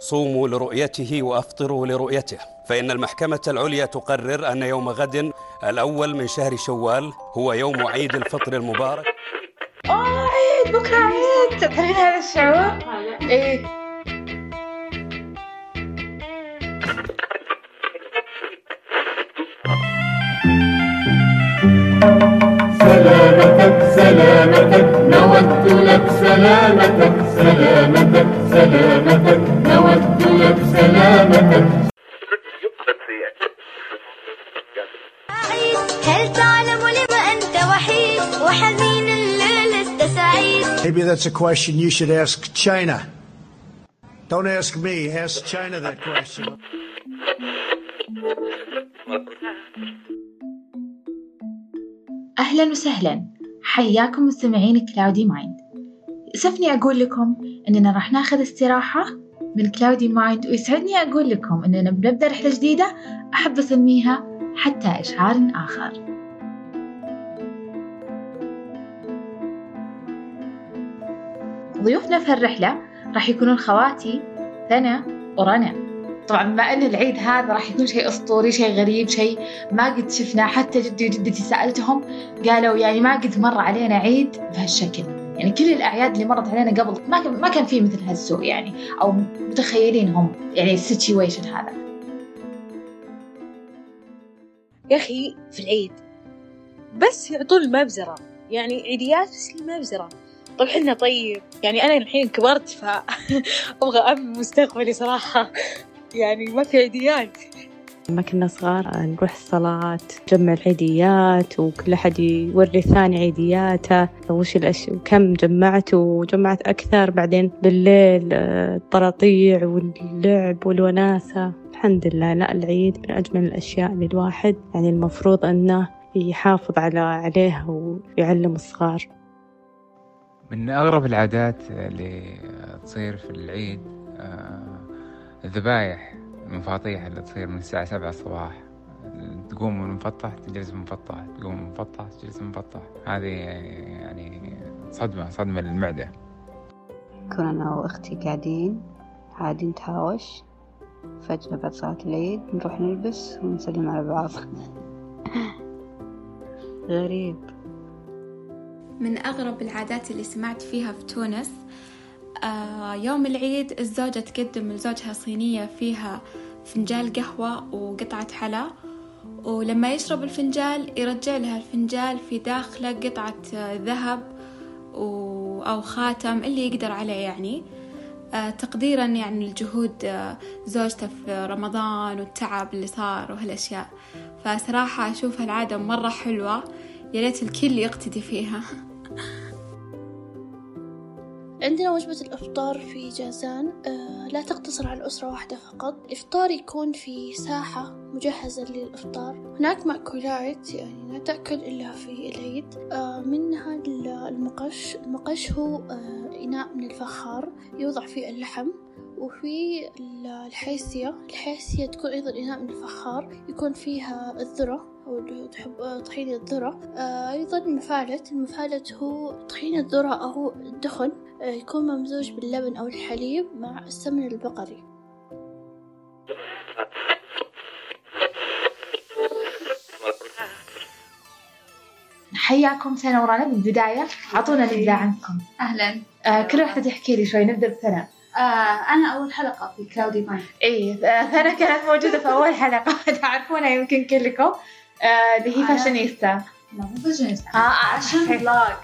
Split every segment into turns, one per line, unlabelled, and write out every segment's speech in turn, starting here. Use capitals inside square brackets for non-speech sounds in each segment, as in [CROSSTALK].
أصوم لرؤيته وأفطر لرؤيته فإن المحكمة العليا تقرر أن يوم غد الأول من شهر شوال هو يوم عيد الفطر المبارك
اه عيد بكره عيد تعرفين هذا الشعور؟ ايه
سلامتك سلامتك نودت لك سلامتك سلامتك سلامتك نودت لك سلامتك
سعيد هل تعلم لم أنت وحيد وحزين لست سعيد
Maybe that's a question you should ask China. Don't ask me, ask China that question.
أهلا وسهلا حياكم مستمعين كلاودي مايند يسفني أقول لكم أننا راح ناخذ استراحة من كلاودي مايند ويسعدني أقول لكم أننا بنبدأ رحلة جديدة أحب أسميها حتى إشعار آخر ضيوفنا في الرحلة راح يكونون خواتي ثنا ورنا طبعا بما أن العيد هذا راح يكون شيء أسطوري شيء غريب شيء ما قد شفناه حتى جدي وجدتي سألتهم قالوا يعني ما قد مر علينا عيد بهالشكل يعني كل الأعياد اللي مرت علينا قبل ما كان ما كان في مثل هالسوء يعني أو متخيلينهم يعني السيتويشن هذا
يا أخي في العيد بس يعطون المبزرة يعني عيديات بس المبزرة طب حنا طيب يعني أنا الحين كبرت [LAUGHS] فأبغى أم مستقبلي صراحة يعني ما في عيديات
لما كنا صغار نروح الصلاة نجمع العيديات وكل أحد يوري الثاني عيدياته وش الأش... وكم جمعت وجمعت أكثر بعدين بالليل آه، الطراطيع واللعب والوناسة الحمد لله لا العيد من أجمل الأشياء للواحد يعني المفروض أنه يحافظ على عليه ويعلم الصغار
من أغرب العادات اللي تصير في العيد آه، الذبايح المفاطيح اللي تصير من الساعة سبعة الصباح تقوم من مفطح تجلس من مفطح تقوم من مفطح تجلس من مفطح هذه يعني صدمة صدمة للمعدة
كنا أنا وأختي قاعدين عادي نتهاوش فجأة بعد صلاة العيد نروح نلبس ونسلم على بعض غريب
من أغرب العادات اللي سمعت فيها في تونس آه، يوم العيد الزوجة تقدم لزوجها صينية فيها فنجال قهوة وقطعة حلا ولما يشرب الفنجال يرجع لها الفنجال في داخله قطعة آه، ذهب و- أو خاتم اللي يقدر عليه يعني آه، تقديرا يعني لجهود آه، زوجته في رمضان والتعب اللي صار وهالأشياء فصراحة أشوف هالعادة مرة حلوة يا ريت الكل يقتدي فيها [LAUGHS]
عندنا وجبة الإفطار في جازان آه، لا تقتصر على أسرة واحدة فقط الإفطار يكون في ساحة مجهزة للإفطار هناك مأكولات يعني لا تأكل إلا في العيد آه، منها ال- المقش المقش هو آه، إناء من الفخار يوضع فيه اللحم وفي ال- الحيسية الحيسية تكون أيضا إناء من الفخار يكون فيها الذرة أو اللي هو تحب آه، طحينة الذرة آه، أيضا المفالت المفالت هو طحينة الذرة أو الدخن آه، يكون ممزوج باللبن أو الحليب مع السمن البقري
حياكم ثنا ورنا بالبداية أعطونا نبذة عنكم
اهلا
آه، كل واحدة تحكي لي شوي نبدأ بثنا
آه انا اول حلقه في كلاودي ماين
إيه آه، ثنا كانت موجودة في أول حلقة [LAUGHS] تعرفونها يمكن كلكم آه، اللي هي
أنا-
فاشينيستا
لا مو بزنس
آه، آه،
عشان
صحيح.
بلاجر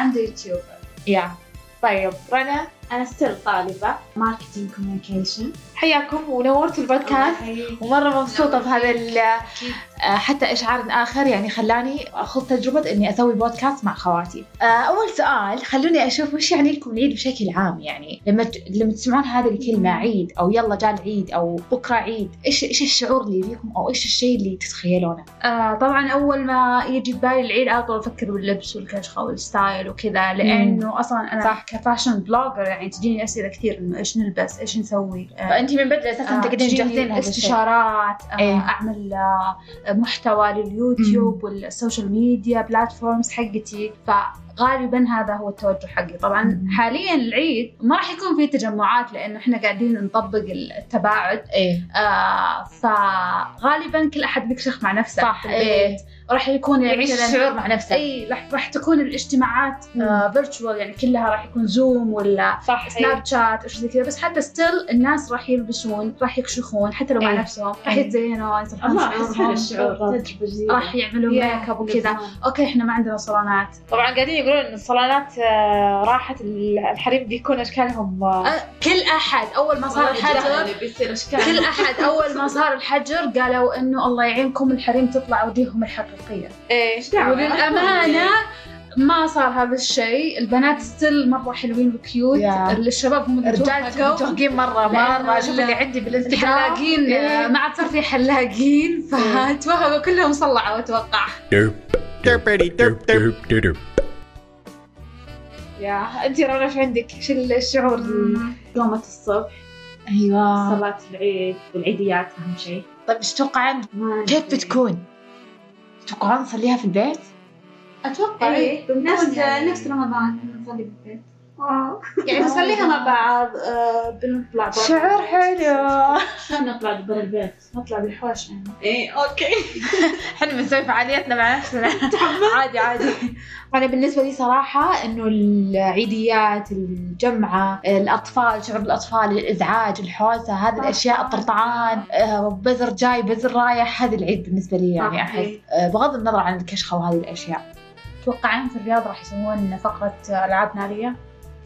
اند يوتيوبر
يا طيب رنا أنا ستيل طالبة
ماركتينج كوميونيكيشن
حياكم ونورتوا البودكاست ومرة مبسوطة بهذا ال- آه، حتى إشعار آخر يعني خلاني أخذ تجربة إني أسوي بودكاست مع خواتي. آه، أول سؤال خلوني أشوف وش يعني لكم العيد بشكل عام يعني لما ت- لما تسمعون هذه الكلمة عيد أو يلا جاء العيد أو بكرة عيد، إيش إيش الشعور اللي يجيكم أو إيش الشيء اللي تتخيلونه؟
آه طبعا اول ما يجي ببالي العيد على طول افكر باللبس والكشخه والستايل وكذا لانه اصلا انا
صح.
صح. كفاشن بلوجر يعني تجيني اسئله كثير انه ايش نلبس ايش نسوي آه،
فأنت من بدري أساسا
آه،
تقعدين
تجيني
طيب، تجهزين هذا الشيء.
استشارات آه،
إيه.
اعمل آه، محتوى لليوتيوب والسوشيال ميديا بلاتفورمز حقتي ف غالبا هذا هو التوجه حقي طبعا
مم.
حاليا العيد ما راح يكون في تجمعات لانه احنا قاعدين نطبق التباعد
إيه.
آه فغالبا كل احد بيكشخ مع نفسه
صح،
في
إيه.
البيت راح يكون يعني
يعيش
مثلاً-
الشعور مع نفسه.
اي راح- راح تكون الاجتماعات فيرتشوال يعني كلها راح يكون زوم ولا صح
إيه.
سناب شات وش زي كذا بس حتى ستيل الناس راح يلبسون راح يكشخون حتى لو مع
إيه.
نفسهم راح
إيه.
يتزينوا يصلحون
الله، أحس
شعورهم.
هذا الشعور، تجربة جديدة.
راح يعملوا
يا،
ميك اب وكذا
بالضبط.
اوكي احنا ما عندنا صالونات
طبعا قاعدين يقولون ان الصالونات آه، راحت الحريم بيكون اشكالهم آه،
كل احد اول ما صار
والله
الحجر
جهل بيصير اشكال
كل احد اول ما صار الحجر قالوا انه الله يعينكم الحريم تطلع وجيههم الحقيقيه
ايش إيه، دعوة؟
وللامانه ما صار هذا الشيء البنات ستيل مره حلوين وكيوت
يا.
الشباب هم اللي
الرجال
توهقوا.
متوهقين مرة- مرة.
لأنه
شوف اللي عندي بالانستغرام.
الحلاقين
إيه.
ما عاد صار في حلاقين فتوهقوا كلهم صلعوا اتوقع
Derp, derp, derp, derp, derp,
يا انت رنا ايش عندك؟ ايش الشعور؟
قومة الصبح
ايوه
صلاة العيد والعيديات أهم شيء
طيب ايش تتوقعين كيف بتكون؟ تتوقعون نصليها في البيت؟
أتوقع
إيه،
إيه نفس
يعني.
نفس رمضان نصلي بالبيت
يعني نصليها مع
بعض آه، بنطلع برا
شعور حلو
خلينا نطلع برا البيت نطلع بالحوش يعني
ايه [LAUGHS] اوكي احنا بنسوي فعالياتنا مع نفسنا عادي عادي انا بالنسبه لي صراحه انه العيديات الجمعه الاطفال شعور الاطفال الازعاج الحوسه هذه الاشياء الطرطعان آه، بزر جاي بزر رايح هذا العيد بالنسبه لي يعني
صح،
احس
إيه.
آه، بغض النظر عن الكشخه وهذه الاشياء
تتوقعين في الرياض راح يسوون فقره العاب ناريه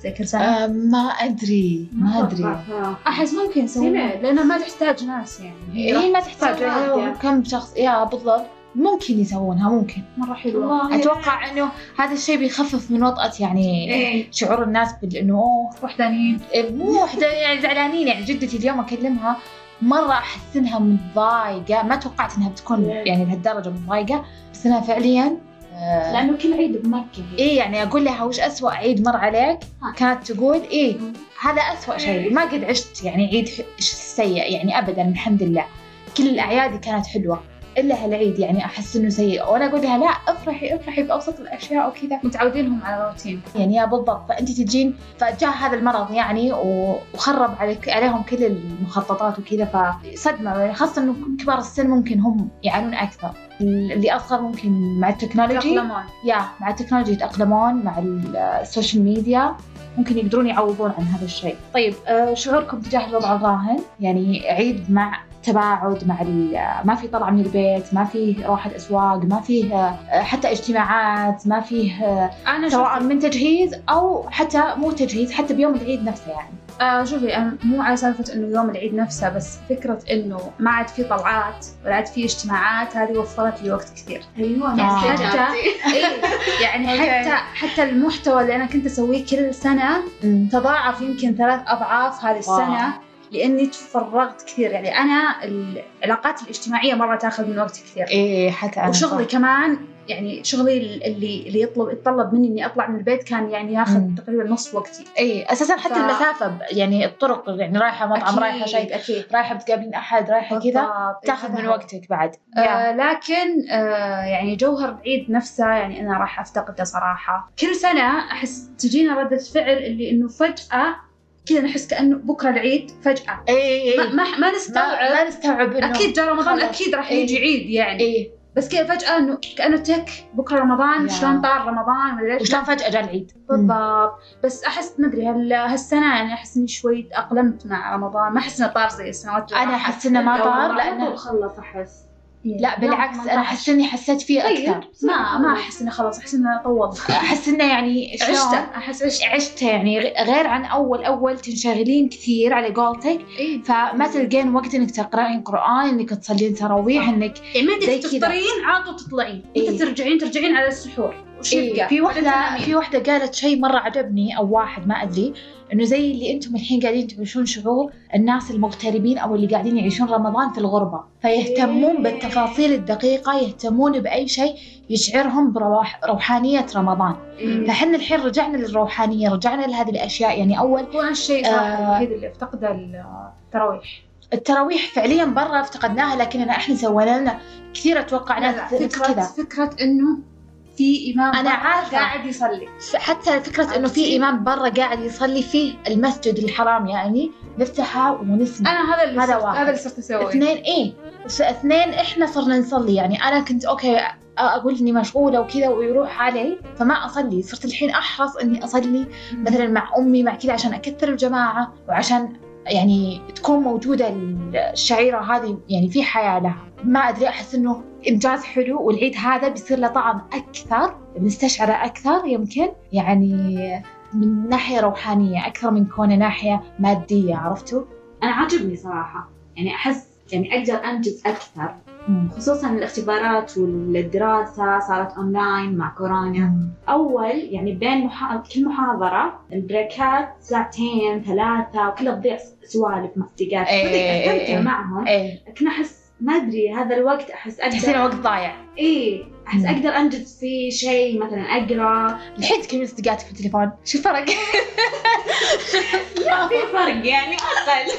زي كل سنه
آه، ما ادري ما ادري
احس ممكن يسوونها
سمعت.
لانها ما تحتاج ناس يعني
هي ما تحتاج يعني كم شخص يا بالضبط ممكن يسوونها ممكن
مره
والله
حلوه
اتوقع انه هذا الشيء بيخفف من وطأة يعني
إيه.
شعور الناس بانه أوه،
وحدانيين
إيه، مو وحدانيين يعني زعلانين يعني جدتي اليوم اكلمها مره احس انها متضايقه ما توقعت انها بتكون
إيه.
يعني لهالدرجه متضايقه بس انها فعليا آه،
لأنه كل عيد بمكة
إيه،
هي.
ايه يعني اقول لها وش اسوأ عيد مر عليك كانت تقول ايه هذا اسوأ شيء ما قد عشت يعني عيد ح- سيء يعني ابدا الحمد لله كل الاعياد كانت حلوه الا هالعيد يعني احس انه سيء وانا اقول لها لا افرحي افرحي بابسط الاشياء وكذا
متعودينهم على روتين
يعني يا بالضبط فانت تجين فجاء هذا المرض يعني و- وخرب عليك عليهم كل المخططات وكذا فصدمه يعني خاصه انه كبار السن ممكن هم يعانون اكثر اللي اصغر ممكن مع التكنولوجي
يتأقلمون.
يا مع التكنولوجي يتاقلمون مع ال- السوشيال ميديا ممكن يقدرون يعوضون عن هذا الشيء. طيب آه، شعوركم تجاه الوضع الراهن يعني عيد مع تباعد مع ال- آه، ما في طلعه من البيت، ما فيه روحه اسواق، ما فيه آه، حتى اجتماعات، ما فيه آه،
أنا
سواء
شفت-
من تجهيز او حتى مو تجهيز حتى بيوم العيد نفسه يعني.
آه شوفي انا مو على سالفه انه يوم العيد نفسه بس فكره انه ما عاد في طلعات ولا عاد في اجتماعات هذه وفرت لي وقت كثير
ايوه
يعني
نفس
حتى
إجابتي.
إيه، يعني
أوكي.
حتى حتى المحتوى اللي انا كنت اسويه كل سنه تضاعف يمكن ثلاث اضعاف هذه
واو.
السنه لاني تفرغت
[LAUGHS]
كثير يعني انا العلاقات الاجتماعيه مره تاخذ من وقتي كثير
ايه حتى انا
وشغلي
صح.
كمان يعني شغلي اللي اللي يطلب يتطلب مني اني اطلع من البيت كان يعني ياخذ
مم.
تقريبا نص وقتي
اي اساسا إيه، حتى المسافه ب- يعني الطرق يعني رايحه مطعم
أكيد،
رايحه شيء رايحه بتقابلين احد رايحه كذا
بالضبط.
تاخذ من وقتك بعد
آه لكن آه يعني جوهر العيد نفسه يعني انا راح افتقده صراحه كل سنه احس تجينا رده فعل اللي انه فجاه كذا نحس كانه بكره العيد فجاه
اي
ما, ما, إيه، ما نستوعب
إيه. ما, ما نستوعب إنه
اكيد جاء رمضان
خلاص.
اكيد راح
إيه.
يجي عيد يعني
إيه.
بس كذا فجاه انه كانه تك بكره رمضان
يا.
شلون طار رمضان ولا ليش
وشلون فجاه جاء العيد
بالضبط بس احس ما ادري هال- هالسنه يعني احس اني شوي تاقلمت مع رمضان ما احس انه طار زي السنوات
انا احس انه ما طار لانه
خلص احس
لا بالعكس انا احس اني حسيت فيه
طيب.
اكثر
ما آه، ما احس انه خلاص احس انه طول
احس انه
[LAUGHS]
يعني شلون؟
عشته، احس عشت
عشت يعني غ- غير عن اول اول تنشغلين كثير على قولتك
إيه.
فما تلقين وقت انك تقرأين قران انك تصلين تراويح انك
يعني ما
زي
بدك
كذا.
تفطرين عاد وتطلعين
إيه.
انت ترجعين ترجعين على السحور وش
إيه
يبقى؟
في
بعدين
واحدة
تنامين.
في واحدة قالت شيء مرة عجبني أو واحد ما أدري إنه زي اللي أنتم الحين قاعدين تعيشون شعور الناس المغتربين أو اللي قاعدين يعيشون رمضان في الغربة فيهتمون
إيه.
بالتفاصيل الدقيقة يهتمون بأي شيء يشعرهم برواح روحانية رمضان
إيه.
فحنا الحين رجعنا للروحانية رجعنا لهذه الأشياء يعني أول
هو الشيء صراحة
آه،
الوحيد اللي افتقده التراويح
التراويح فعليا برا افتقدناها لكن احنا سوينا لنا كثير اتوقع
لا، لا،
ناس
فكرة
كذا
فكرة انه في إمام
أنا
برا
عارفة.
قاعد يصلي
حتى فكرة إنه في إمام برا قاعد يصلي فيه المسجد الحرام يعني نفتحها ونسمع
أنا هذا اللي
هذا
صرت-
واحد
هذا اللي صرت أسويه.
اثنين إيه اثنين إحنا صرنا نصلي يعني أنا كنت أوكي أ- أقول إني مشغولة وكذا ويروح علي فما أصلي صرت الحين أحرص إني أصلي مثلا مع أمي مع كذا عشان أكثر الجماعة وعشان يعني تكون موجودة الشعيرة هذه يعني في حياة لها ما أدري أحس إنه إنجاز حلو والعيد هذا بيصير له طعم أكثر بنستشعره أكثر يمكن يعني من ناحية روحانية أكثر من كونه ناحية مادية عرفتوا؟
أنا عاجبني صراحة يعني أحس يعني أقدر أنجز أكثر
مم.
خصوصا الاختبارات والدراسة صارت أونلاين مع كورونا أول يعني بين محا... كل محاضرة البريكات ساعتين ثلاثة وكلها تضيع سوالف مع صديقات
إيه،
بدي
إيه، إيه.
أستمتع معهم كنت أحس ما أدري هذا الوقت أحس أقدر
تحسين وقت ضايع
إيه أحس أقدر أنجز فيه شيء مثلا أقرأ
الحين تكلمين صديقاتك في التليفون شو الفرق؟
لا في فرق يعني أقل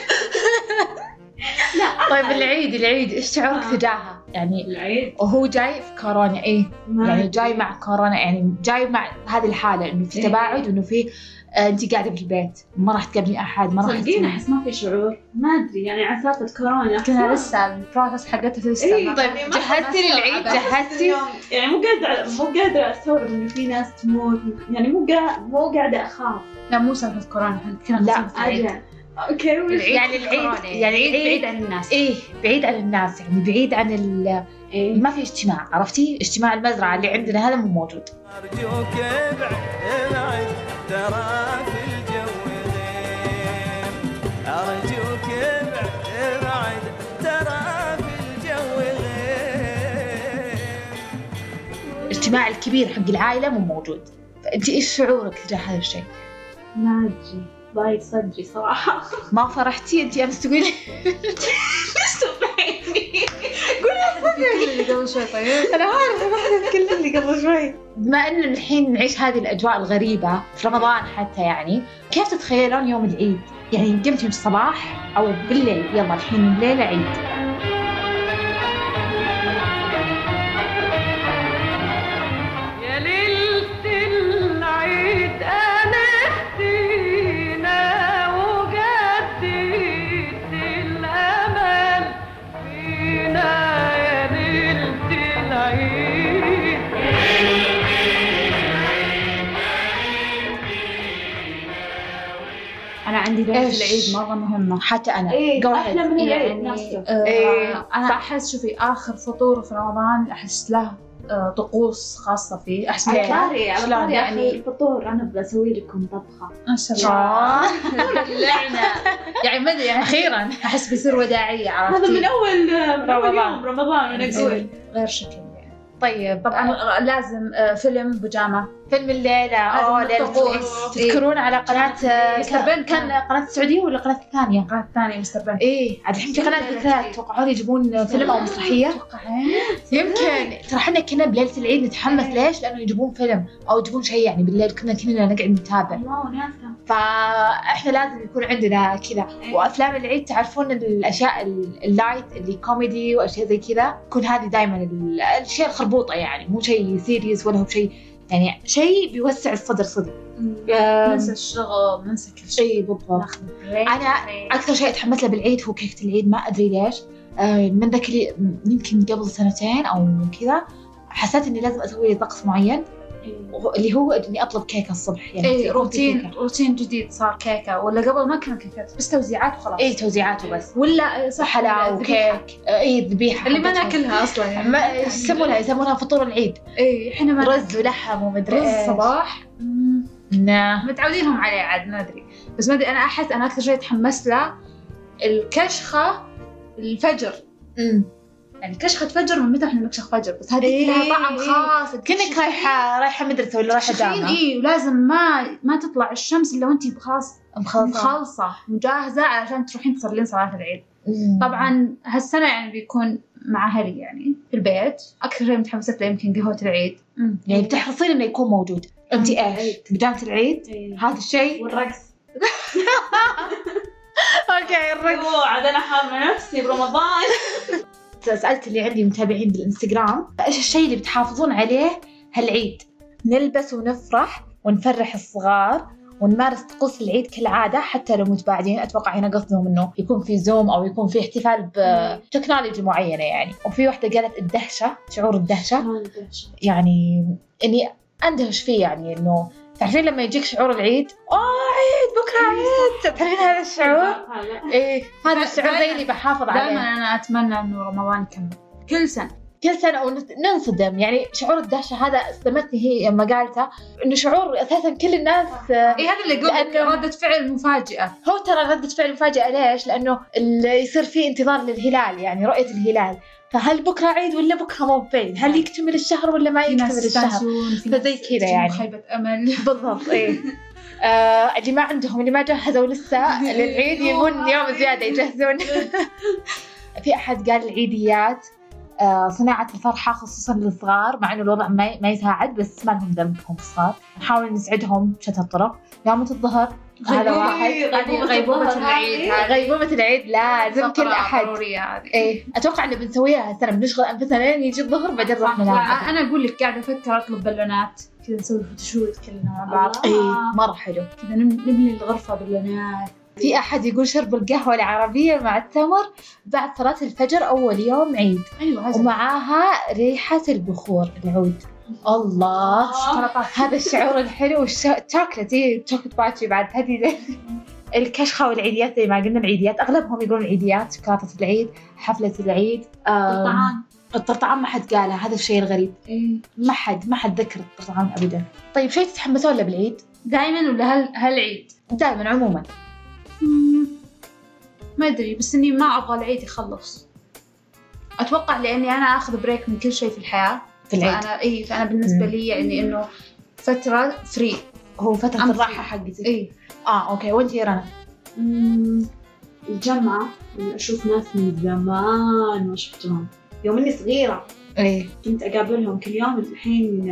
لا آه.
طيب العيد العيد ايش شعورك تجاهه؟ يعني
العيد
وهو جاي في كورونا ايه
ما
يعني
أدري.
جاي مع كورونا يعني جاي مع هذه الحاله انه في
إيه.
تباعد وانه في آه، انت قاعده في البيت ما راح تقابلين احد ما راح
صدقيني
تسمعين.
احس ما في شعور ما ادري يعني على سالفه كورونا
يعني
كنا لسه البروسس حقتها لسه
إيه،
ما-
طيب
جهزتي للعيد جهزتي
يعني مو قادره مو قادره استوعب انه في ناس تموت يعني مو قا... مو قاعده اخاف
لا مو سالفة كورونا احنا كنا
لا،
نسولف عن العيد.
أجل. اوكي وش
يعني العيد
كورونا.
يعني العيد
بعيد عن الناس
ايه بعيد عن الناس يعني بعيد عن ال
إيه.
ما في اجتماع عرفتي؟ اجتماع المزرعه اللي عندنا هذا مو موجود
أرجوك ابعد ابعد ترى في الجو غير أرجوك ابعد ابعد ترى في الجو غير
الاجتماع الكبير حق العائله مو موجود فانت ايش شعورك تجاه هذا الشيء؟
ما ادري ضايق صدري صراحه
ما فرحتي انت امس تقولي
ليش تضحكني؟ قولها صدري
قبل شوي طيب
انا عارفه ما كل اللي قبل شوي بما ان الحين نعيش هذه الاجواء الغريبه في رمضان حتى يعني كيف تتخيلون يوم العيد؟ يعني قمتي من الصباح او بالليل يلا الحين الليله عيد
يا ليلة العيد أنا اهدينا وجددت الأمل فينا يا ليلة العيد
انا عندي ليله
إيش؟
العيد مره مهمه
حتى انا
إيه
Go
احلى
ahead.
من العيد
يعني،
نفسه
آه، إيه،
انا احس شوفي اخر فطور في رمضان احس له آه، طقوس خاصه فيه احس
على
إيه.
كيف.
طاري على
شلون
طاري
يعني؟
يعني الفطور انا بسوي لكم طبخه
ما شاء
آه.
[LAUGHS]
[LAUGHS]
الله
اللعنه
يعني ما ادري يعني
أخيراً.
احس بيصير وداعيه عرفتي
هذا من اول من اول
رمضان.
يوم رمضان وانا اقول
غير شكل يعني
طيب
طبعا لازم آه، فيلم بيجاما
فيلم الليله
لازم
اوه ليله
الطقوس.
العيد.
إيه.
تذكرون على قناه آه،
مستر
كان-
بن
كان قناه السعوديه ولا قناه الثانيه؟
القناه الثانيه مستر بن
ايه عاد الحين في قناه بالثلاث يتوقعون يجيبون فيلم او مسرحيه؟ يمكن ترى احنا كنا بليله العيد نتحمس
إيه.
ليش؟ لانه يجيبون فيلم او يجيبون شيء يعني بالليل كنا كلنا نقعد نتابع
واو ناسا
فاحنا لازم يكون عندنا كذا وافلام العيد تعرفون الاشياء ال- اللايت اللي كوميدي واشياء زي كذا تكون هذه دائما ال- الاشياء الخربوطه يعني مو شيء سيريس ولا هو شيء يعني شيء بيوسع الصدر صدق
ننسى الشغل ننسى كل شيء
اي بالضبط
يعني
انا اكثر شيء اتحمس له بالعيد هو كيكه العيد ما ادري ليش آه، من ذاك اللي- يمكن قبل سنتين او كذا حسيت اني لازم اسوي لي طقس معين وهو- اللي هو اني اطلب كيكه الصبح يعني
اي
إيه،
يكون في
إيه، روتين
كيكة.
روتين جديد صار كيكه ولا قبل ما كانوا كيكات بس توزيعات وخلاص
إيه،
اي إيه، توزيعات وبس
ولا صح
حلاوه وكيك آه، اي ذبيحه
اللي ما
حقتهم.
ناكلها أصلاً يعني.
ما يسمونها يسمونها فطور العيد
إيه،
اي احنا ما
رز ولحم ومدري
رز
إيش.
صباح
نعم
متعودينهم عليه عاد ما ادري بس ما ادري انا احس انا اكثر شيء اتحمس له الكشخه الفجر
امم
يعني كشخه فجر من متى احنا نكشخ فجر بس هذه
إيه،
لها طعم
إيه.
خاص
كأنك رايحه رايحه مدرسه ولا رايحه جامعه
اي ولازم ما ما تطلع الشمس الا وانت خلاص
مخلصة.
مخلصه مجهزه علشان تروحين تصلين صلاه العيد
مم.
طبعا هالسنه يعني بيكون مع اهلي يعني في البيت اكثر شيء متحمسه له يمكن قهوه العيد
يعني بتحرصين انه يكون موجود انت ايش؟ بدايه العيد هذا الشيء
آه، إيه.
[LAUGHS]
والرقص
اوكي الرقص
أوه، أيوة، عاد انا حامه نفسي برمضان
سالت اللي عندي متابعين بالانستغرام ايش الشيء اللي بتحافظون عليه هالعيد نلبس ونفرح ونفرح الصغار ونمارس طقوس العيد كالعادة حتى لو متباعدين أتوقع هنا قصدهم إنه يكون في زوم أو يكون في احتفال
آه.
بتكنولوجي معينة يعني وفي واحدة قالت الدهشة شعور الدهشة يعني إني أندهش فيه يعني إنه تعرفين لما يجيك شعور العيد اوه عيد بكره عيد تعرفين هذا
[LAUGHS]
الشعور؟ ايه هذا الشعور زي اللي بحافظ عليه
دائما انا اتمنى انه رمضان يكمل كل سنه
كل سنة وننصدم يعني شعور الدهشة هذا صدمتني هي لما قالتها إنه شعور أساسا كل الناس
إيه هذا اللي يقول
لأنه-
ردة فعل مفاجئة
هو ترى ردة فعل مفاجئة ليش؟ لأنه ال- يصير في انتظار للهلال يعني رؤية الهلال فهل بكرة عيد ولا بكرة مو بعيد؟ هل يكتمل الشهر ولا ما
في ناس
يكتمل الشهر؟
يستانسون، في ناس
فزي كذا
تجيهم
يعني
خيبة أمل
بالضبط إيه
[LAUGHS]
آه، اللي ما عندهم اللي ما جهزوا لسه للعيد يبون يوم زيادة
[LAUGHS]
يجهزون في أحد قال العيديات آه، صناعة الفرحة خصوصا للصغار مع إنه الوضع ما ما يساعد بس ما لهم ذنب هم الصغار نحاول نسعدهم بشتى الطرق لقمة الظهر هذا
غيبوبة،
واحد
إيه، غيبوبة، غيبوبة العيد هذه.
غيبوبة العيد لازم كل
فقرة
أحد
ضرورية هذه.
إيه أتوقع إن بنسويها هالسنة بنشغل أنفسنا لين يجي الظهر بعدين نروح
لا،
ننام
انا اقول لك قاعده افكر اطلب بالونات كذا نسوي فوتوشوت كلنا مع بعض
اي مره حلو
كذا نم- نملي الغرفه بالونات
في احد يقول شرب القهوه العربيه مع التمر بعد صلاه الفجر اول يوم عيد
ايوه
ومعاها ريحه البخور العود الله
الشوكولاتة.
هذا الشعور الحلو والشوكلت اي الشوكلت باتشي بعد هذه زي- الكشخه والعيديات زي ما قلنا العيديات اغلبهم يقولون العيديات شوكولاته العيد حفله العيد
الطعام.
آم، الطرطعان ما حد قاله هذا الشيء الغريب ما حد ما حد ذكر الطرطعان ابدا طيب شيء تتحمسون له بالعيد؟
دائما ولا هل هالعيد؟
دائما عموما
ما ادري بس اني ما ابغى العيد يخلص اتوقع لاني انا اخذ بريك من كل شيء في الحياه
في العيد.
فانا اي فانا بالنسبه إيه، لي يعني انه فتره فري
هو فتره
I'm
الراحه
free.
حقتك
اي
اه اوكي وانت يا رنا
مم، الجامعة أنا أشوف ناس من زمان ما شفتهم يوم إني صغيرة
ايه
كنت أقابلهم كل يوم الحين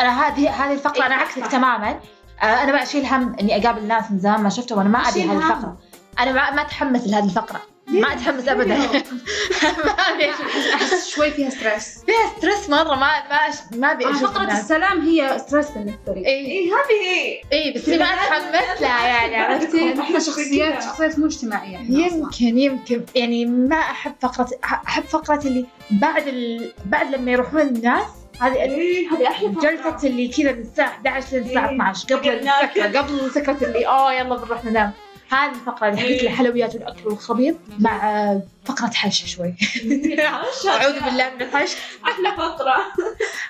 انا هذه هذه الفقره انا عكسك تماما آه، انا ما اشيل هم اني اقابل ناس من زمان ما شفتهم وانا ما ابي
أشيل
هذه
هم.
الفقره انا ما, ما اتحمس لهذه الفقره ما اتحمس ابدا
[LAUGHS]
[LAUGHS] ما ابي
احس شوي فيها ستريس
فيها ستريس مره ما ما أش- ما ابي
آه،
أشوف
فقرة
الناس.
السلام هي ستريس بالنسبة لي
إيه.
إيه هذه
إيه بس ما أتحمس لها يعني
إيه،
عرفتي؟
احنا شخصيات شخصيات مو اجتماعية إحنا أصلاً.
يمكن يمكن يعني ما احب فقره احب فقره اللي بعد ال... بعد لما يروحون الناس هذه
إيه،
هذه احلى فقرة.
جلسه اللي كذا من الساعه 11 للساعه
إيه.
12 قبل
ناكل.
السكره قبل سكره اللي اوه يلا بنروح ننام هذه الفقره اللي حقت
إيه.
الحلويات والاكل والخبيط مع فقره حش
[LAUGHS]
شوي اعوذ بالله من الحش
احلى فقرة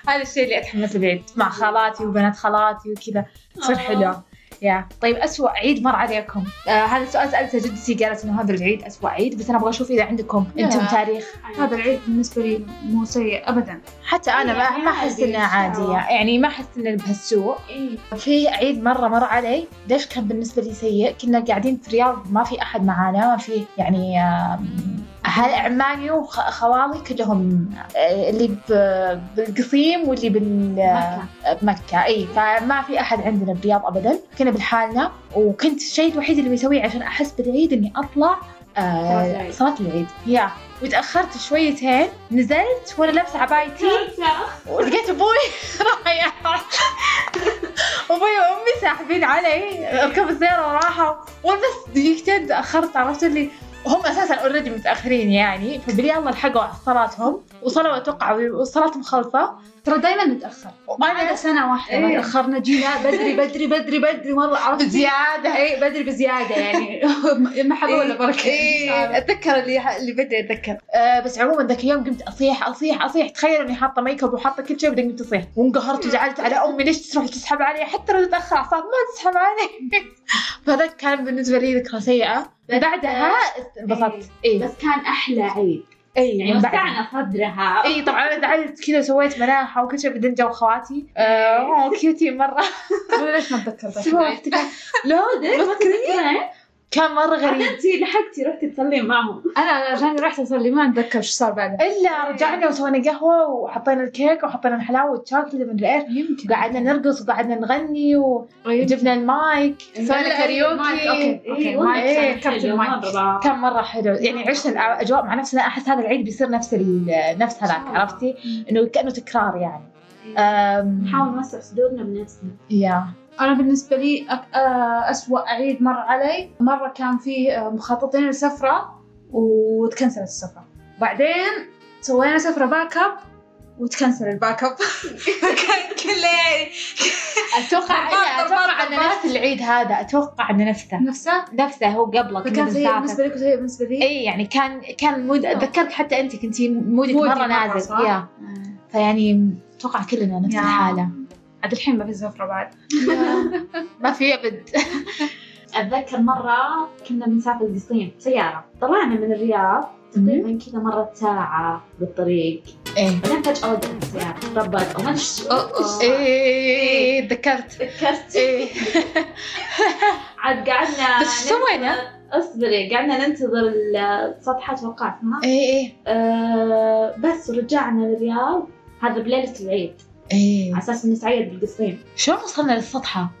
هذا الشيء اللي اتحمس له بعيد مع خالاتي وبنات خالاتي وكذا تصير
آه.
حلوه يا طيب أسوأ عيد مر عليكم آه هذا السؤال سألته جدتي قالت إنه هذا العيد أسوأ عيد بس أنا أبغى أشوف إذا عندكم
لا.
أنتم تاريخ
[LAUGHS] هذا العيد بالنسبة لي مو سيء أبدا
حتى
إيه،
أنا ما
يعني
ما أحس إنها عادية يعني ما أحس إنه بهالسوء
إيه.
في عيد مرة مر علي ليش كان بالنسبة لي سيء كنا قاعدين في الرياض ما في أحد معانا ما في يعني آم، أهل عماني وخوالي كلهم آه، اللي ب- بالقصيم واللي بال آه، بمكة اي فما في أحد عندنا بالرياض أبدا كنا بالحالنا وكنت الشيء الوحيد اللي بسويه عشان أحس بالعيد إني أطلع آه،
صلاة العيد.
صلاة العيد يا وتأخرت شويتين نزلت وأنا لابسة عبايتي ولقيت أبوي [LAUGHS] رايح ابوي وامي ساحبين علي ركبوا السياره وراحوا وانا بس دقيقتين تاخرت عرفت اللي هم اساسا اوريدي متاخرين يعني فبلي الله لحقوا على صلاتهم وصلوا اتوقع وصلاتهم خلصه
ترى دايما نتأخر ما عدا سنة واحدة ما
إيه.
تأخرنا جينا بدري بدري بدري بدري مرة عرفت
بزيادة.
إي بدري بزيادة يعني [LAUGHS] ما حلو ولا بركة
إيه اتذكر اللي اللي بدري اتذكر آه بس عموما ذاك اليوم قمت اصيح اصيح اصيح تخيلوا اني حاطه ميك اب وحاطه كل شيء بعدين قمت اصيح وانقهرت وزعلت على امي ليش تروح تسحب علي حتى لو تتاخر اعصاب ما تسحب علي [LAUGHS] فذاك كان بالنسبه لي ذكرى سيئه بعدها انبسطت إيه.
بس كان أحلى عيد
اي
يعني وسعنا صدرها
إيه،
اي طبعا انا زعلت كذا سويت مناحه وكل شيء بعدين جو خواتي آه، اوه كيوتي مره
أنا [LAUGHS] ليش ما أتذكر ذاك
سووا
[LAUGHS] العيد؟
احتفال لا تذكرين؟ كان مره غريب
أنتي لحقتي رحتي تصلين معهم
أنا عشان رحت أصلي ما أتذكر شو صار بعدها
الا رجعنا وسوينا قهوه وحطينا الكيك وحطينا الحلاوه والشوكليت ومدري ايش
يمكن
وقعدنا نرقص وقعدنا نغني
طيب.
وجبنا المايك سوينا
هلا، أيوة،
كاريوكي
المايك، أوكي، أوكي،
إيه،
المايك،
إيه،
سوينا كابتن
حلو،
المايك.
مرة. كان مره حلو يعني عشنا الاجواء مع نفسنا احس هذا العيد بيصير نفس ال- نفس هذاك عرفتي انه كانه تكرار يعني
آه.
أم،
نحاول نوسع صدورنا بنفسنا
يا
أنا بالنسبة لي أك- آه، أسوأ عيد مر علي مرة كان في آه، مخططين لسفرة وتكنسلت السفرة بعدين سوينا سفرة باك اب وتكنسل الباك اب فكان [LAUGHS] كله يعني
اتوقع
طبعاً،
اتوقع ان
طبعاً.
إيه، نفس العيد هذا اتوقع انه نفسه
نفسه
نفسه هو قبله كنا
فكان سيء
بنسافر.
بالنسبة لك وسيء بالنسبة لي
اي يعني كان كان المود اتذكرك حتى انت كنتي مودك
مودي
مره نازل
صح؟
يا فيعني اتوقع كلنا نفس
يا. [LAUGHS]
الحاله
عاد الحين ما في سفرة بعد
ما في ابد
اتذكر مره كنا بنسافر القصيم سياره طلعنا من الرياض تقريبا كذا مرت ساعه بالطريق
ايه
بعدين فجاه وقفت السياره ربت وما
ايه تذكرت
تذكرت
ايه
عاد قعدنا
بس
آه،
شو سوينا؟
اصبري قعدنا ننتظر السطحة توقعتها
إيه.
اي اي
آه بس رجعنا للرياض هذا بليلة العيد
ايه
على اساس نتعيد بالقصيم
شلون وصلنا للسطحة؟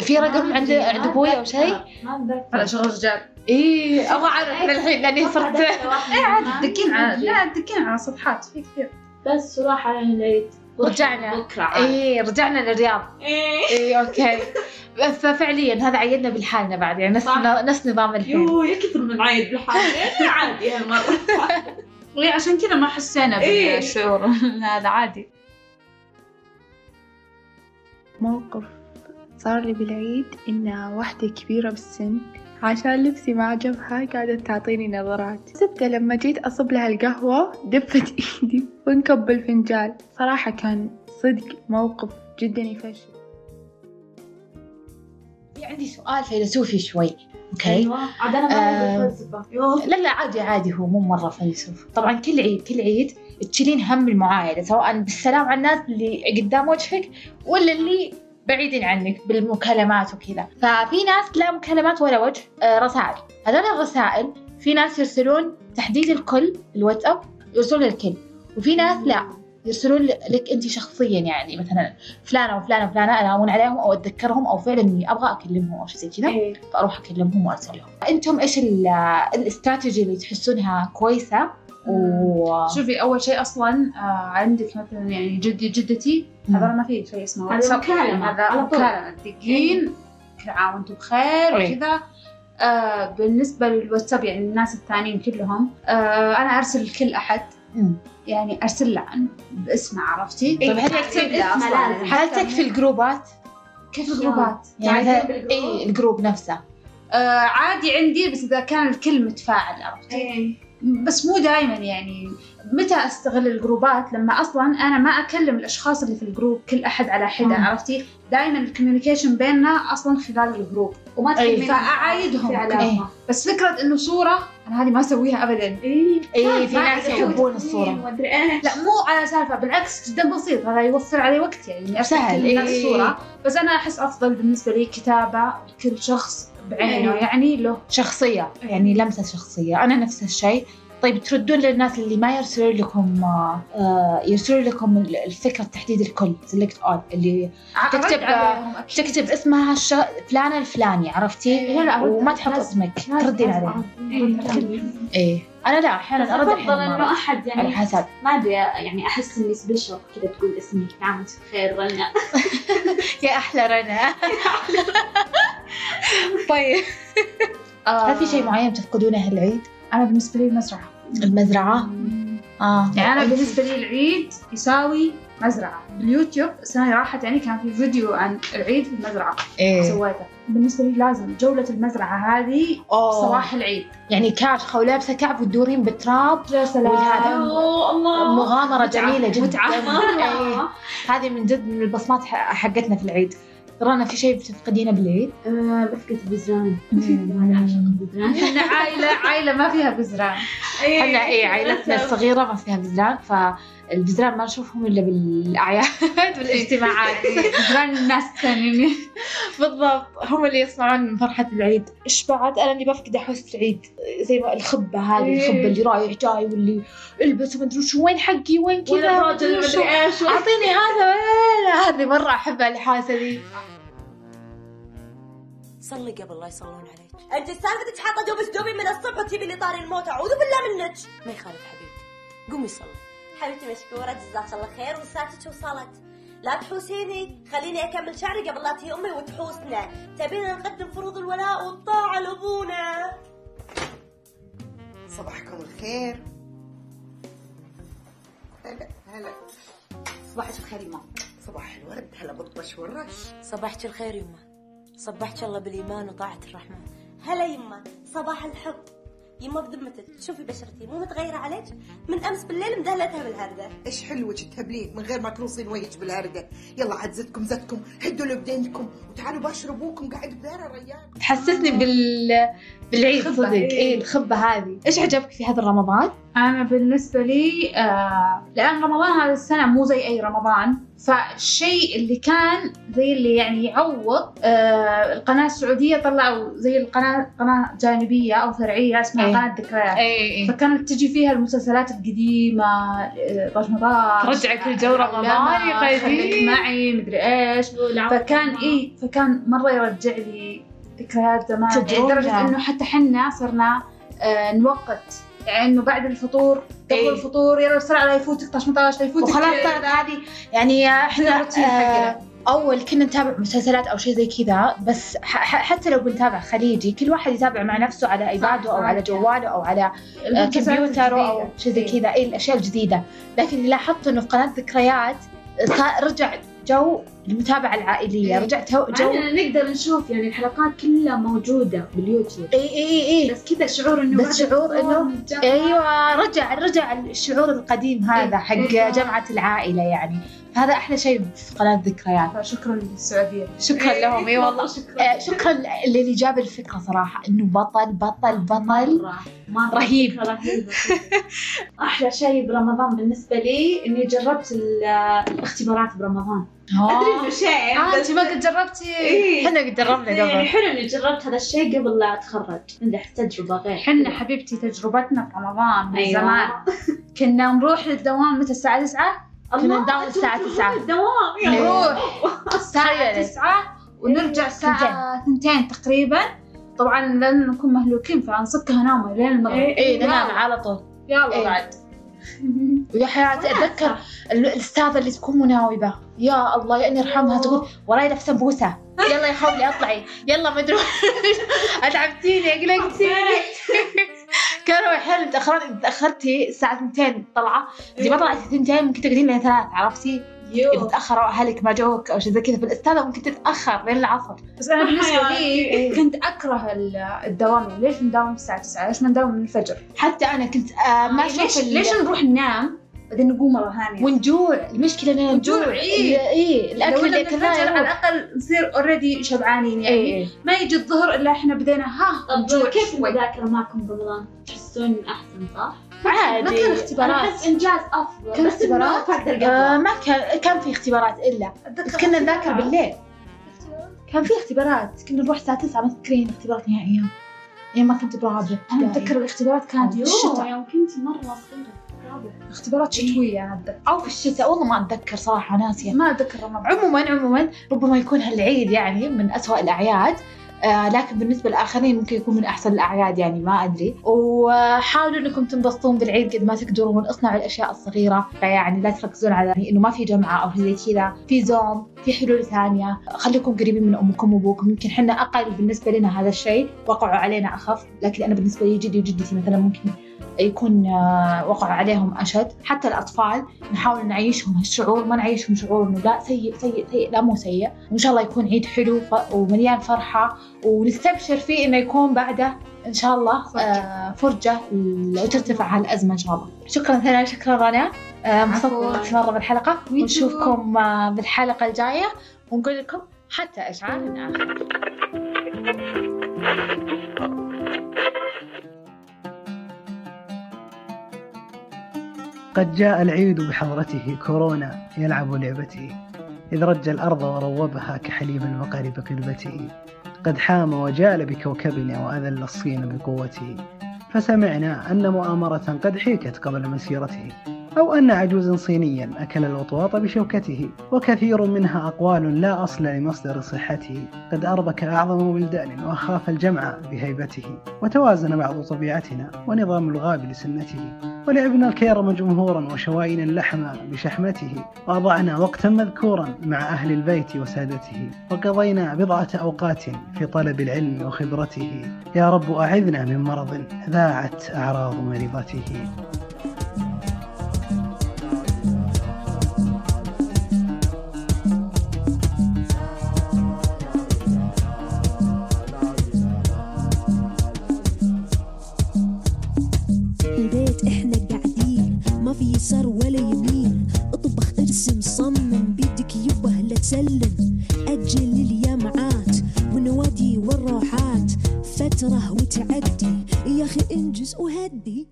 في رقم عند عند ابوي او شيء؟ إيه،
ما اتذكر
على شغل رجال
اي ابغى اعرف من الحين لاني صرت
اي عاد تدقين على لا تدقين على سطحات في كثير
بس صراحة يعني العيد
رجعنا
بكرة
آه.
عاد.
اي
إيه.
رجعنا للرياض اي اوكي ففعليا هذا عيدنا بالحالنا بعد يعني نفس نفس نظام الحين
يو يا كثر من عيد بالحالة عادي
[LAUGHS]
هالمرة
إيه، عشان كذا ما حسينا
إيه.
بالشعور [LAUGHS] هذا عادي
موقف صار لي بالعيد إن واحدة كبيرة بالسن عشان لبسي ما عجبها قاعدة تعطيني نظرات زبدة لما جيت أصب لها القهوة دفت إيدي وانكب الفنجال صراحة كان صدق موقف جدا يفشل
في عندي سؤال فيلسوفي شوي اوكي
أيوة. عاد أنا ما
آه.
أدري
آم،
الفلسفة.
لا لا عادي عادي هو مو مره فيلسوف طبعا كل عيد كل عيد تشيلين هم المعايده سواء بالسلام على الناس اللي قدام وجهك ولا اللي بعيدين عنك بالمكالمات وكذا ففي ناس لا مكالمات ولا وجه آه، رسائل هذول الرسائل في ناس يرسلون تحديد الكل الواتساب يرسلون للكل وفي ناس لا يرسلون لك انت شخصيا يعني مثلا فلانه وفلانه وفلانه انا اعون عليهم او اتذكرهم او فعلا اني ابغى اكلمهم او شيء زي كذا
إيه.
فاروح اكلمهم وارسل لهم. انتم ايش ال- الاستراتيجي اللي تحسونها كويسه و
آه.
شوفي اول شيء اصلا آه، عندك مثلا يعني جدي جدتي هذا ما في شيء اسمه
هذا
واتساب.
مكالمة.
هذا
على طول.
مكالمه تدقين كل عام وانتم بخير
إيه.
وكذا آه بالنسبه للواتساب يعني الناس الثانيين كلهم آه انا ارسل لكل احد يعني ارسل له عن- باسمه عرفتي؟
إيه.
طيب هل يكتب اسمه لازم؟ هل تكفي الجروبات؟
كيف الجروبات؟
يعني هل-
بالجروب؟
اي الجروب نفسه
آه عادي عندي بس اذا كان الكل متفاعل
إيه.
عرفتي؟ بس مو دائما يعني متى استغل الجروبات لما اصلا انا ما اكلم الاشخاص اللي في الجروب كل احد على حده
مم.
عرفتي؟ دائما الكوميونيكيشن بيننا اصلا خلال الجروب
وما تكمل
إيه.
أي. فاعايدهم
في علاقة.
إيه. بس فكره انه صوره انا هذه ما اسويها ابدا اي
إيه، في ناس يحبون الصورة.
لا مو على سالفه بالعكس جدا بسيط هذا يوفر علي وقت يعني اني ارسل
سهل،
كل الناس
إيه.
صوره بس انا احس افضل بالنسبه لي كتابه كل شخص بعينه
إيه.
يعني له
شخصيه يعني لمسه شخصيه انا نفس الشيء طيب تردون للناس اللي ما يرسلوا لكم آه، آه، يرسلوا لكم ال- الفكره تحديد الكل سيلكت اول اللي
ع- رد
تكتب
عليهم
تكتب اسمها الش... فلان الفلاني عرفتي؟
لا، لا، رد-
وما تحط
لازم-
اسمك
لازم-
تردين
لازم
عليها
إيه.
ايه انا لا
بس
احيانا ارد
أفضل
أحياناً ما
إنه
أرد.
أحد يعني-
على حسب
ما ادري يعني احس اني سبيشل كذا تقول اسمي نعم انت بخير رنا
[LAUGHS] يا احلى رنا [LAUGHS] طيب هل في شيء معين تفقدونه هالعيد؟
انا بالنسبه لي المزرعه
المزرعه؟ اه
يعني انا بالنسبه لي العيد يساوي مزرعه اليوتيوب السنه اللي راحت يعني كان في فيديو عن العيد في المزرعه
إيه.
سويته بالنسبه لي لازم جوله المزرعه هذه
أوه.
صباح العيد
يعني كاشخه ولابسه كعب وتدورين بالتراب
يا سلام.
وهذا
يو الله.
مغامره
متعة.
جميله جدا
متعة. [LAUGHS]
إيه. هذه من جد من البصمات ح- حقتنا في العيد رنا في شيء بتفقدينه بالعيد؟
بفقد البزران
[LAUGHS]
احنا عائله عائله ما فيها بزران إيه.
احنا اي عائلتنا
[LAUGHS]
الصغيره ما فيها بزران فالبزران ما نشوفهم الا بالاعياد والاجتماعات
[LAUGHS] بزران الناس الثانيين
[LAUGHS] بالضبط هم اللي يصنعون من فرحه العيد ايش بعد انا اللي بفقد احس العيد زي ما الخبه هذه
إيه.
الخبه اللي رايح جاي واللي البس وما ادري شو وين حقي وين كذا
وين الراجل
ومدري
مدري
شو.
إيش.
اعطيني هذا ولا هذه مره احبها الحاسه ذي
صلي قبل لا يصلون عليك انت سالفتك حاطه دوب اسلوبي من الصبح وتجيبي لي طاري الموت اعوذ بالله منك ما يخالف حبيبتي قومي صلي
حبيبتي مشكورة جزاك الله خير وساعتك وصلت
لا تحوسيني خليني أكمل شعري قبل لا تهي أمي وتحوسنا تبينا نقدم فروض الولاء والطاعة لأبونا
صباحكم الخير هلا هلا
صباحك الخير يما
صباح الورد هلا بالطش والرش
صباحك الخير يما صبحك الله بالإيمان وطاعة الرحمن هلا يما صباح الحب يما بذمتك شوفي بشرتي مو متغيرة عليك من أمس بالليل مدهلتها بالهردة
ايش حلوك تهبلين من غير ما تنصين وجهك بالهرده يلا عاد زدكم زدكم هدوا لبدينكم وتعالوا باشر ابوكم قاعد بدار الريان
تحسسني بال بالعيد
خبة،
صدق
إيه.
اي الخبه هذه ايش عجبك في هذا رمضان
أنا بالنسبة لي آه لأن رمضان هذا السنة مو زي أي رمضان فالشيء اللي كان زي اللي يعني يعوض آه القناة السعودية طلعوا زي القناة قناة جانبية أو فرعية اسمها
إيه.
قناة ذكريات
إيه، إيه.
فكانت تجي فيها المسلسلات القديمة آه، رمضان
ترجعك لجو رمضاني
خليك
قديم.
معي مدري إيش فكان إي فكان مرة يرجع لي ذكريات زمان يعني
تجربة.
لدرجة إنه حتى حنا صرنا آه، نوقت يعني انه بعد الفطور قبل
إيه.
الفطور يلا بسرعه لا يفوتك طاش مطاش لا يفوتك
وخلاص صارت هذه يعني احنا
الروتين حقنا.
آه، اول كنا نتابع مسلسلات او شيء زي كذا بس ح- ح- حتى لو بنتابع خليجي كل واحد يتابع مع نفسه على ايباده او على جواله او على آه،
المسلسلات
كمبيوتره او
الجديدة.
شيء زي كذا اي الاشياء الجديده لكن اللي لاحظته انه في قناه ذكريات صار- رجع جو المتابعه العائليه رجع تو- جو
معنا نقدر نشوف يعني الحلقات كلها موجودة باليوتيوب
اي اي اي
بس كذا شعور انه
بس شعور انه ايوه رجع رجع الشعور القديم هذا حق
أيوة.
جمعه العائله يعني فهذا احلى شيء في يعني. قناه ذكريات
شكرا للسعوديه
شكرا لهم
إيه
اي [LAUGHS]
[LAUGHS]
والله آه، شكرا شكرا إيه. للي جاب الفكره صراحه انه بطل بطل بطل رهيب
رهيب احلى شيء برمضان بالنسبه لي اني جربت ال- الاختبارات برمضان ادري انه شيء
آه،
بس-
أنت ما قد جربتي.
إيه.
إحنا قد جربنا
بس يعني
قبل.
حلو اني جربت هذا الشيء قبل لا اتخرج عندي تجربه غير
حنا حبيبتي تجربتنا في رمضان من
أيوة.
أيوة. زمان كنا نروح للدوام متى الساعه 9 كنا
الله،
نداوم الساعه 9
الدوام يا
إيه.
نروح الساعه 9 ونرجع الساعه 2 تقريبا طبعا لن نكون مهلوكين فنصكها نومه لين المغرب
اي إيه، ننام إيه.
يلا.
على طول
إيه، يلا
إيه.
بعد
ويا حياتي اتذكر ال- الاستاذه اللي تكون مناوبه يا الله يا اني ارحمها تقول وراي لف سمبوسه يلا يا حولي اطلعي يلا [LAUGHS] ما ادري وش. اتعبتيني اقلقتيني كانوا حلم تاخرت تاخرتي الساعه 2 طلعه اذا ما طلعت 2 ممكن تقعدين لين 3 عرفتي؟ اذا تاخروا اهلك ما جوك او شيء زي كذا فالاستاذه ممكن تتاخر لين العصر
بس انا بالنسبه لي
آه، إيه.
كنت اكره ال- الدوام ليش نداوم الساعه 9 ليش ما نداوم من الفجر يعني
حتى انا كنت آه ما
ليش
اشوف ال-
ليش نروح ننام بعدين نقوم مره ثانيه
ونجوع المشكله اننا نجوع
إيه.
اي
لو
الاكل اللي
إنه من الفجر على
اكلناه
الاقل نصير اوريدي شبعانين يعني
إيه.
ما يجي الظهر الا احنا بدينا ها نجوع
كيف
شوي.
المذاكرة معكم برمضان؟ تحسون احسن صح؟
عادي.
ما كان اختبارات
أنا
انا
أحس
احس انجاز افضل
كان اختبارات آه ما كان كان في اختبارات الا بس كنا نذاكر بالليل كان في اختبارات كنا نروح الساعه 9 متذكرين اختبارات نهائيه يعني ما كنت برابع
انا اتذكر الاختبارات كانت في الشتاء
يوم كنت مرة صغيرة رابع
اختبارات شتويه انا اتذكر
او في الشتاء والله ما اتذكر صراحه ناسيه
إيه. ما اتذكر رمضان
عموما عموما ربما يكون هالعيد يعني من أسوأ الأعياد آه لكن بالنسبة للآخرين ممكن يكون من أحسن الأعياد يعني ما أدري وحاولوا أنكم تنبسطون بالعيد قد ما تقدرون اصنعوا الأشياء الصغيرة يعني لا تركزون على أنه ما في جمعة أو شيء زي كذا في زوم في حلول ثانية خليكم قريبين من أمكم وأبوكم يمكن حنا أقل بالنسبة لنا هذا الشيء وقعوا علينا أخف لكن أنا بالنسبة لي جدي وجدتي مثلا ممكن يكون آه، وقعوا عليهم اشد حتى الاطفال نحاول نعيشهم هالشعور ما نعيشهم شعور انه لا سيء سيء سيء لا مو سيء وان شاء الله يكون عيد حلو ف- ومليان فرحه ونستبشر فيه انه يكون بعده ان شاء الله آه، فرجه ل- وترتفع هالازمه ان شاء الله شكرا ثنا شكرا رنا آه، انبسطت مره بالحلقه ونشوفكم آه، بالحلقه الجايه ونقول لكم حتى اشعار اخر
قد جاء العيد بحضرته كورونا يلعب لعبته إذ رج الأرض وروبها كحليب البقر بقلبته قد حام وجال بكوكبنا وأذل الصين بقوته فسمعنا أن مؤامرة قد حيكت قبل مسيرته أو أن عجوزا صينيا أكل الوطواط بشوكته وكثير منها أقوال لا أصل لمصدر صحته قد أربك أعظم بلدان وأخاف الجمع بهيبته وتوازن بعض طبيعتنا ونظام الغاب لسنته ولعبنا الكيرم جمهورا وشوائنا اللحم بشحمته وأضعنا وقتا مذكورا مع أهل البيت وسادته وقضينا بضعة أوقات في طلب العلم وخبرته يا رب أعذنا من مرض ذاعت أعراض مريضته
البيت احنا قاعدين ما في يسار ولا يمين اطبخ ارسم صمم بيدك يبه لا تسلم اجل اليمعات ونوادي والروحات فتره وتعدي يا اخي انجز وهدي